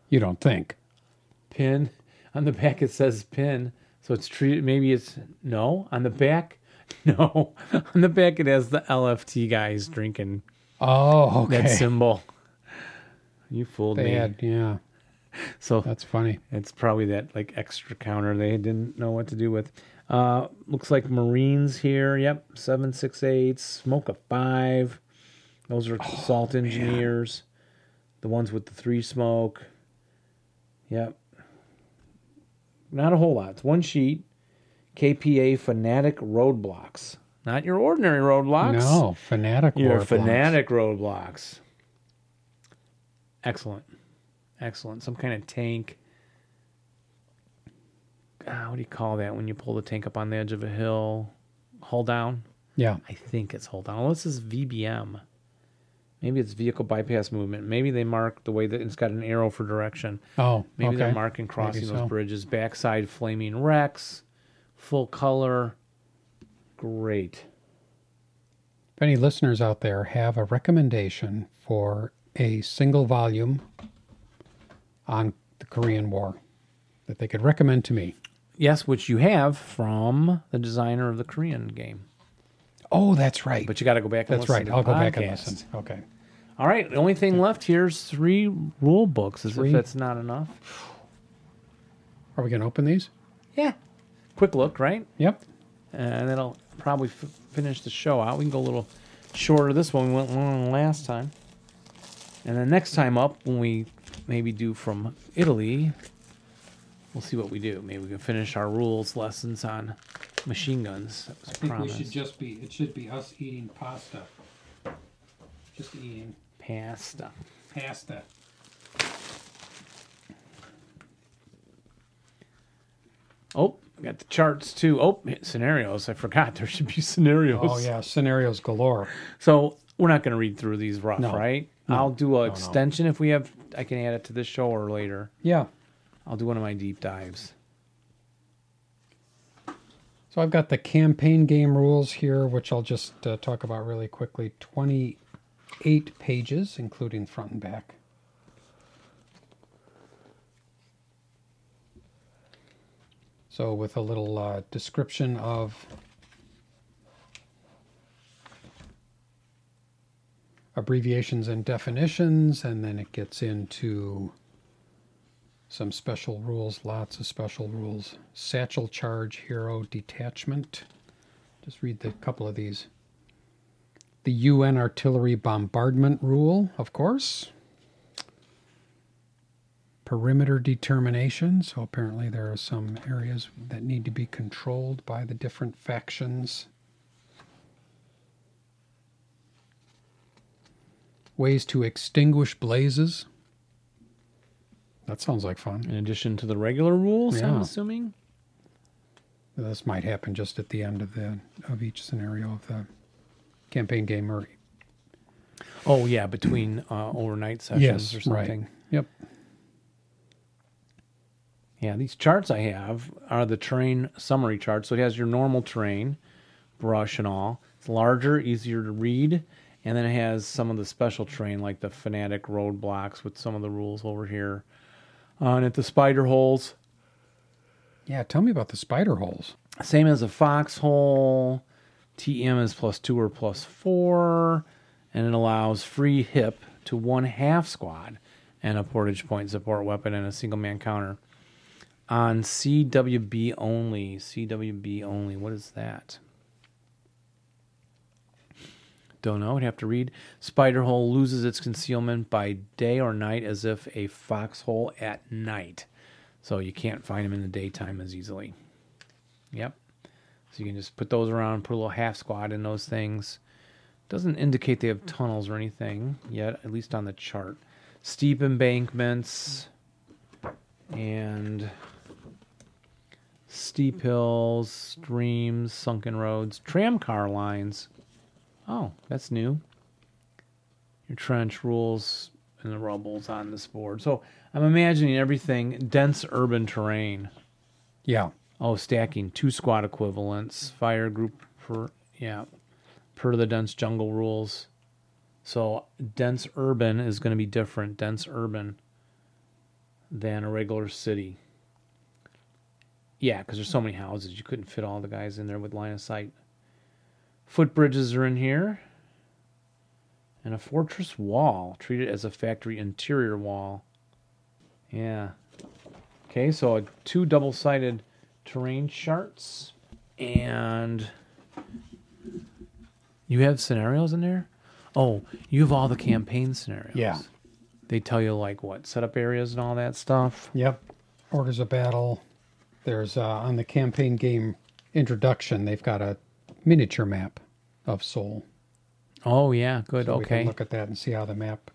S1: You don't think?
S2: pin on the back it says pin, so it's treated maybe it's no on the back. No, on the back it has the LFT guys drinking
S1: Oh, okay.
S2: that symbol. You fooled
S1: they
S2: me.
S1: had, yeah,
S2: so
S1: that's funny.
S2: It's probably that like extra counter they didn't know what to do with. Uh, looks like Marines here. Yep, seven six eight. Smoke a five. Those are assault engineers. The ones with the three smoke. Yep. Not a whole lot. It's one sheet. KPA fanatic roadblocks. Not your ordinary roadblocks.
S1: No, fanatic.
S2: Your
S1: war
S2: fanatic roadblocks. Excellent. Excellent. Some kind of tank. Ah, what do you call that when you pull the tank up on the edge of a hill? Hull down?
S1: blocks. Yeah,
S2: I think it's hull down. Unless it's VBM. Maybe it's vehicle bypass movement. Maybe they mark the way that it's got an arrow for direction.
S1: Oh,
S2: Maybe
S1: okay.
S2: they're marking crossing
S1: Maybe
S2: those
S1: so.
S2: bridges. Backside flaming wrecks, full color. Great.
S1: If any listeners out there have a recommendation for a single volume on the Korean War that they could recommend to me,
S2: Yes, which you have from the designer of the Korean game.
S1: oh, that's right.
S2: But you got to go back and
S1: that's
S2: listen.
S1: right.
S2: to
S1: I'll
S2: the
S1: go back and
S2: podcast.
S1: listen. Okay.
S2: All right. The only thing left here is three rule books, as
S1: Three?
S2: if that's not enough.
S1: Are we going to open these?
S2: Yeah. Quick look, right?
S1: Yep.
S2: And that'll probably f- finish the show out. We can go a little shorter this one. We went long last time. And then next time up, when we maybe do from Italy, we'll see what we do. Maybe we can finish our rules lessons on machine guns. That was promised.
S1: just be. It should be us eating pasta. Just eating
S2: Pasta.
S1: pasta.
S2: Oh, I got the charts too. Oh, scenarios. I forgot there should be scenarios.
S1: Oh yeah, scenarios galore.
S2: So we're not going to read through these rough,
S1: No.
S2: right? I'll do an extension if we have. I can add it to this show or later.
S1: Yeah.
S2: I'll do one of my deep dives.
S1: So I've got the campaign game rules here, which I'll just uh, talk about really quickly. 28 pages, including front and back. So with a little uh, description of abbreviations and definitions, and then it gets into some special rules, lots of special rules. Satchel charge, hero, detachment. Just read the couple of these. The UN artillery bombardment rule, of course. Perimeter determination. So apparently there are some areas that need to be controlled by the different factions. Ways to extinguish blazes. That sounds like fun.
S2: In addition to the regular rules, I'm
S1: Yeah.
S2: assuming.
S1: This might happen just at the end of the of each scenario of the campaign game or
S2: Oh yeah, between uh, overnight sessions or something.
S1: Yep.
S2: Yeah, these charts I have are the terrain summary charts. So it has your normal terrain, brush and all. It's larger, easier to read, and then it has some of the special terrain like the fanatic roadblocks with some of the rules over here. Uh, and at the spider holes,
S1: Yeah, tell me about the spider holes.
S2: same as a foxhole. TM is plus two or plus four, and it allows free hip to one half squad and a portage point support weapon and a single man counter on CWB only. CWB only. What is that? Don't know. I'd have to read. Spiderhole loses its concealment by day or night as if a foxhole at night. So you can't find him in the daytime as easily. Yep. So you can just put those around, put a little half squad in those things. Doesn't indicate they have tunnels or anything yet, at least on the chart. Steep embankments and steep hills, streams, sunken roads, tramcar lines. Oh, that's new. Your trench rules and the rubble's on this board. So I'm imagining everything dense urban terrain.
S1: Yeah.
S2: Oh, stacking two squad equivalents, fire group per yeah, per the dense jungle rules. So dense urban is going to be different, dense urban than a regular city. Yeah, because there's so many houses, you couldn't fit all the guys in there with line of sight. Footbridges are in here, and a fortress wall treated as a factory interior wall. Yeah. Okay, so a two double-sided terrain charts, and you have scenarios in there. Oh, you have all the campaign scenarios.
S1: Yeah.
S2: They tell you like what setup areas and all that stuff.
S1: Yep. Orders of battle. There's uh, on the campaign game introduction, they've got a miniature map of Seoul.
S2: Oh yeah, good.
S1: So We
S2: okay.
S1: can look at that and see how the map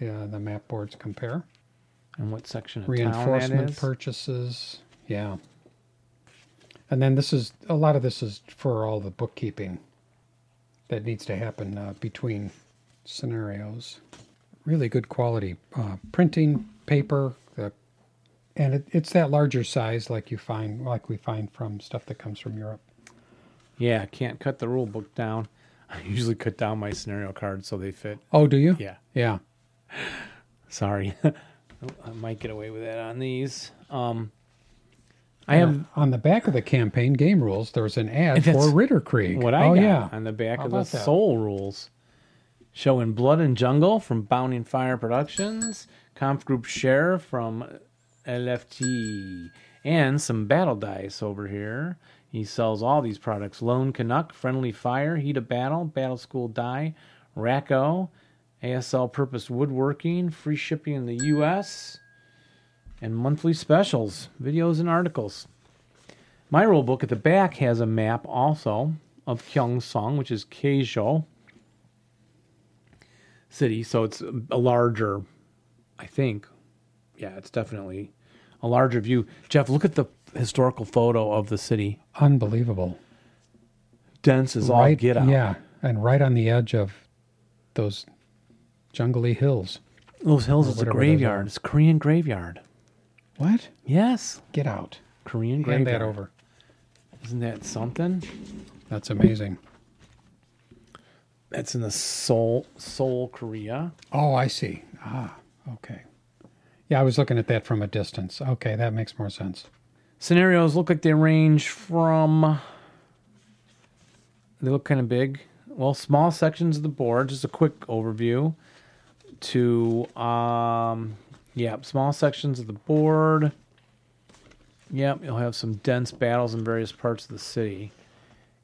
S1: yeah, the map boards compare.
S2: and what section of town that
S1: reinforcement
S2: is?
S1: purchases. Yeah. And then this is a lot of this is for all the bookkeeping that needs to happen uh, between scenarios. Really good quality uh, printing paper, the, and it, it's that larger size like you find like we find from stuff that comes from Europe.
S2: yeah, can't cut the rule book down. I usually cut down my scenario cards so they fit.
S1: Oh, do you?
S2: Yeah.
S1: Yeah.
S2: Sorry, I might get away with that on these. Um, I have
S1: On the back of the campaign game rules, there's an ad
S2: That's
S1: for Ritterkrieg.
S2: what I
S1: oh,
S2: got
S1: yeah.
S2: on the back
S1: How
S2: of the
S1: about that?
S2: Soul Rules, showing Blood and Jungle from Bounding Fire Productions, Comp Group Share from LFT, and some Battle Dice over here. He sells all these products: Lone Canuck, Friendly Fire, Heat of Battle, Battle School Die, Racco, ASL Purpose Woodworking, free shipping in the U.S. and monthly specials, videos, and articles. My rule book at the back has a map also of Kyung Song, which is Keijo. city, so it's a larger. I think, yeah, it's definitely a larger view. Jeff, look at the historical photo of the city.
S1: Unbelievable.
S2: Dense as all
S1: right,
S2: get out.
S1: Yeah, and right on the edge of those jungly hills.
S2: Those hills is a
S1: whatever those
S2: graveyard. It's a Korean graveyard.
S1: What?
S2: Yes,
S1: Get out.
S2: Korean
S1: Hand
S2: graveyard.
S1: that over.
S2: Isn't that something?
S1: That's amazing.
S2: That's in the Seoul, Seoul, Korea.
S1: Oh, I see. Ah, okay. Yeah, I was looking at that from a distance. Okay, that makes more sense.
S2: Scenarios look like they range from. They look kind of big. Well, small sections of the board. Just a quick overview. To um, yeah, small sections of the board. Yep, you'll have some dense battles in various parts of the city,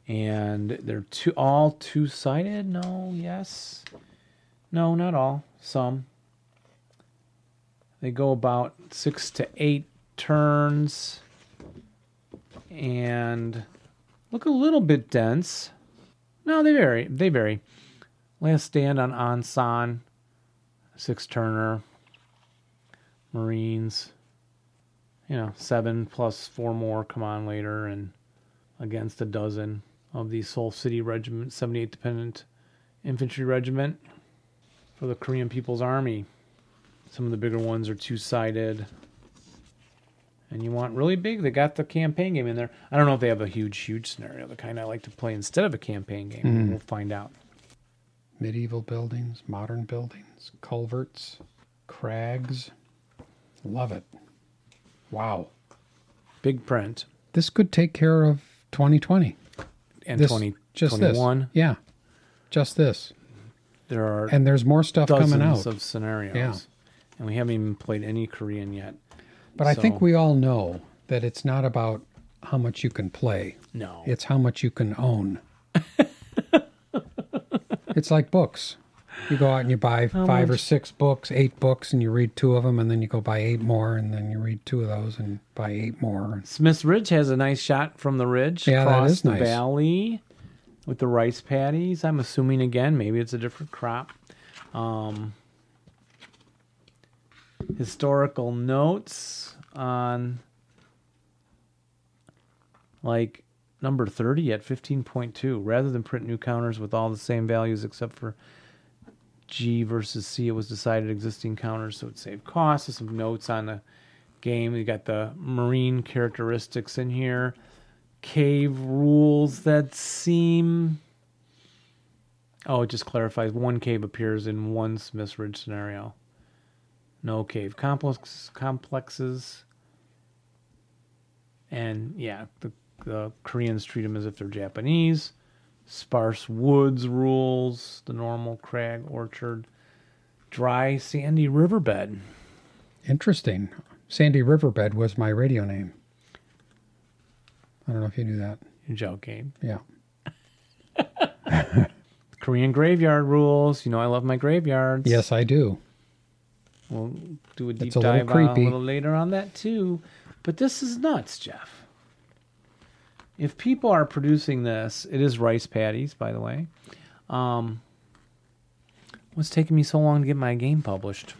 S2: and they're two all two sided. No, yes, no, not all. Some. They go about six to eight turns, and look a little bit dense. No, they vary. They vary. Last stand on Ansan, six turner, Marines. You know, seven plus four more come on later, and against a dozen of the Seoul City Regiment, 78 Dependent Infantry Regiment for the Korean People's Army. Some of the bigger ones are two sided. And you want really big? They got the campaign game in there. I don't know if they have a huge, huge scenario. The kind I like to play instead of a campaign game. We'll find out.
S1: Medieval buildings, modern buildings, culverts, crags. Love it. Wow.
S2: Big print
S1: This could take care of 2020.
S2: and
S1: This-
S2: twenty
S1: just
S2: twenty one.
S1: this. Yeah. Just this.
S2: There are
S1: And there's more stuff
S2: dozens
S1: coming out.
S2: of scenarios.
S1: Yeah.
S2: And we haven't even played any Korean yet.
S1: but I
S2: so-
S1: think we all know that it's not about how much you can play.
S2: No.
S1: It's how much you can own. it's like books. You go out and you buy five or six books, eight books, and you read two of them, and then you go buy eight more, and then you read two of those and buy eight more.
S2: Smith's Ridge has a nice shot from the ridge
S1: Yeah, that
S2: across
S1: is
S2: the
S1: nice.
S2: valley with the rice paddies. I'm assuming again, maybe it's a different crop. Um, historical notes on like number 30 at 15.2 rather than print new counters with all the same values except for G versus C. It was decided existing counters, so it saved costs. There's some notes on the game. You got the marine characteristics in here, cave rules that seem. Oh, it just clarifies one cave appears in one Smith's Ridge scenario. No cave complex complexes. And yeah, the, the Koreans treat them as if they're Japanese sparse woods rules, the normal crag orchard, dry sandy riverbed.
S1: Interesting. Sandy Riverbed was my radio name. I don't know if you knew that.
S2: You're joking.
S1: Yeah.
S2: Korean graveyard rules. You know I love my graveyards.
S1: Yes, I do.
S2: We'll do a deep
S1: a little
S2: dive on a
S1: creepy.
S2: little later on that too. But this is nuts, Jeff. If people are producing this, it is rice paddies, by the way. Um, what's taking me so long to get my game published?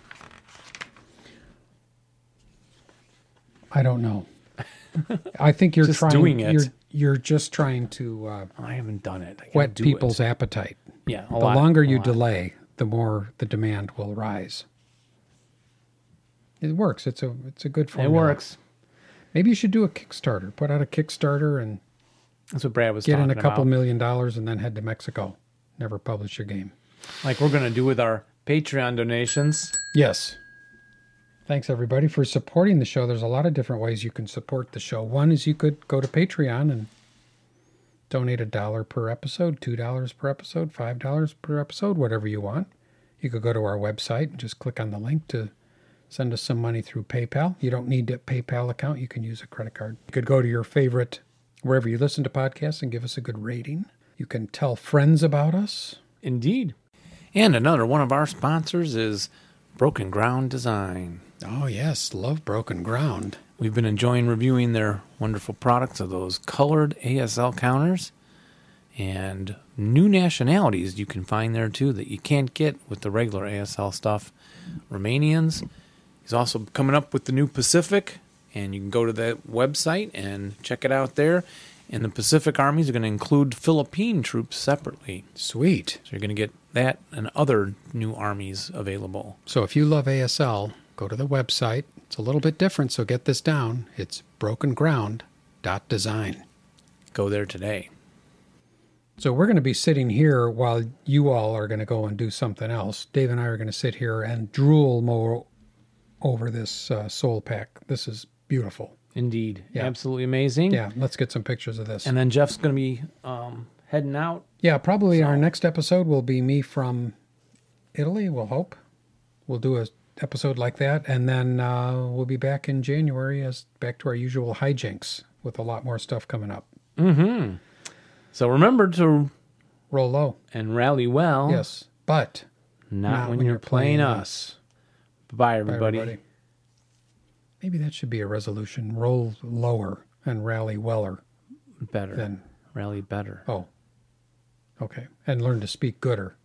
S1: I don't know. I think you're
S2: Just
S1: trying.
S2: doing it.
S1: You're, you're just trying to uh,
S2: I haven't done it. I gotta
S1: whet
S2: do
S1: people's
S2: It.
S1: appetite.
S2: Yeah, a
S1: the
S2: lot,
S1: longer
S2: a
S1: you
S2: lot.
S1: delay, the more the demand will rise. It works. It's a it's a good
S2: It
S1: formula.
S2: works.
S1: Maybe you should do a Kickstarter. Put out a Kickstarter and
S2: That's what Brad was
S1: get
S2: talking
S1: in a couple
S2: about.
S1: million dollars and then head to Mexico. Never publish your game.
S2: like we're gonna do with our Patreon donations.
S1: Yes. Thanks everybody for supporting the show. There's a lot of different ways you can support the show. One is you could go to Patreon and donate a dollar per episode, two dollars per episode, five dollars per episode, whatever you want. You could go to our website and just click on the link to send us some money through PayPal. You don't need a PayPal account, you can use a credit card. You could go to your favorite wherever you listen to podcasts and give us a good rating. You can tell friends about us.
S2: Indeed. And another one of our sponsors is Broken Ground Design.
S1: Oh yes, love broken ground.
S2: We've been enjoying reviewing their wonderful products of those colored ASL counters and new nationalities you can find there too that you can't get with the regular ASL stuff. Romanians. He's also coming up with the new Pacific, and you can go to that website and check it out there. And the Pacific armies are going to include Philippine troops separately.
S1: Sweet.
S2: So you're going to get that and other new armies available.
S1: So if you love ASL, go to the website. It's a little bit different, so get this down. It's brokenground.design.
S2: Go there today.
S1: So we're going to be sitting here while you all are going to go and do something else. Dave and I are going to sit here and drool more over this uh, soul pack. This is beautiful.
S2: Indeed.
S1: Yeah.
S2: Absolutely amazing.
S1: Yeah, let's get some pictures of this.
S2: Mm. And then Jeff's going to be um, heading out.
S1: yeah, probably our next episode will be me from Italy. We'll hope we'll do a episode like that, and then uh, we'll be back in January as back to our usual hijinks with a lot more stuff coming up.
S2: Mm-hmm. So remember to
S1: Roll low,
S2: and rally well.
S1: yes, but
S2: Oh. Not, when, you're playing us. Bye,
S1: Bye,
S2: everybody.
S1: Maybe that should be a resolution. Roll lower and rally weller.
S2: Better.
S1: Then
S2: Rally better.
S1: oh, okay, and learn to speak gooder.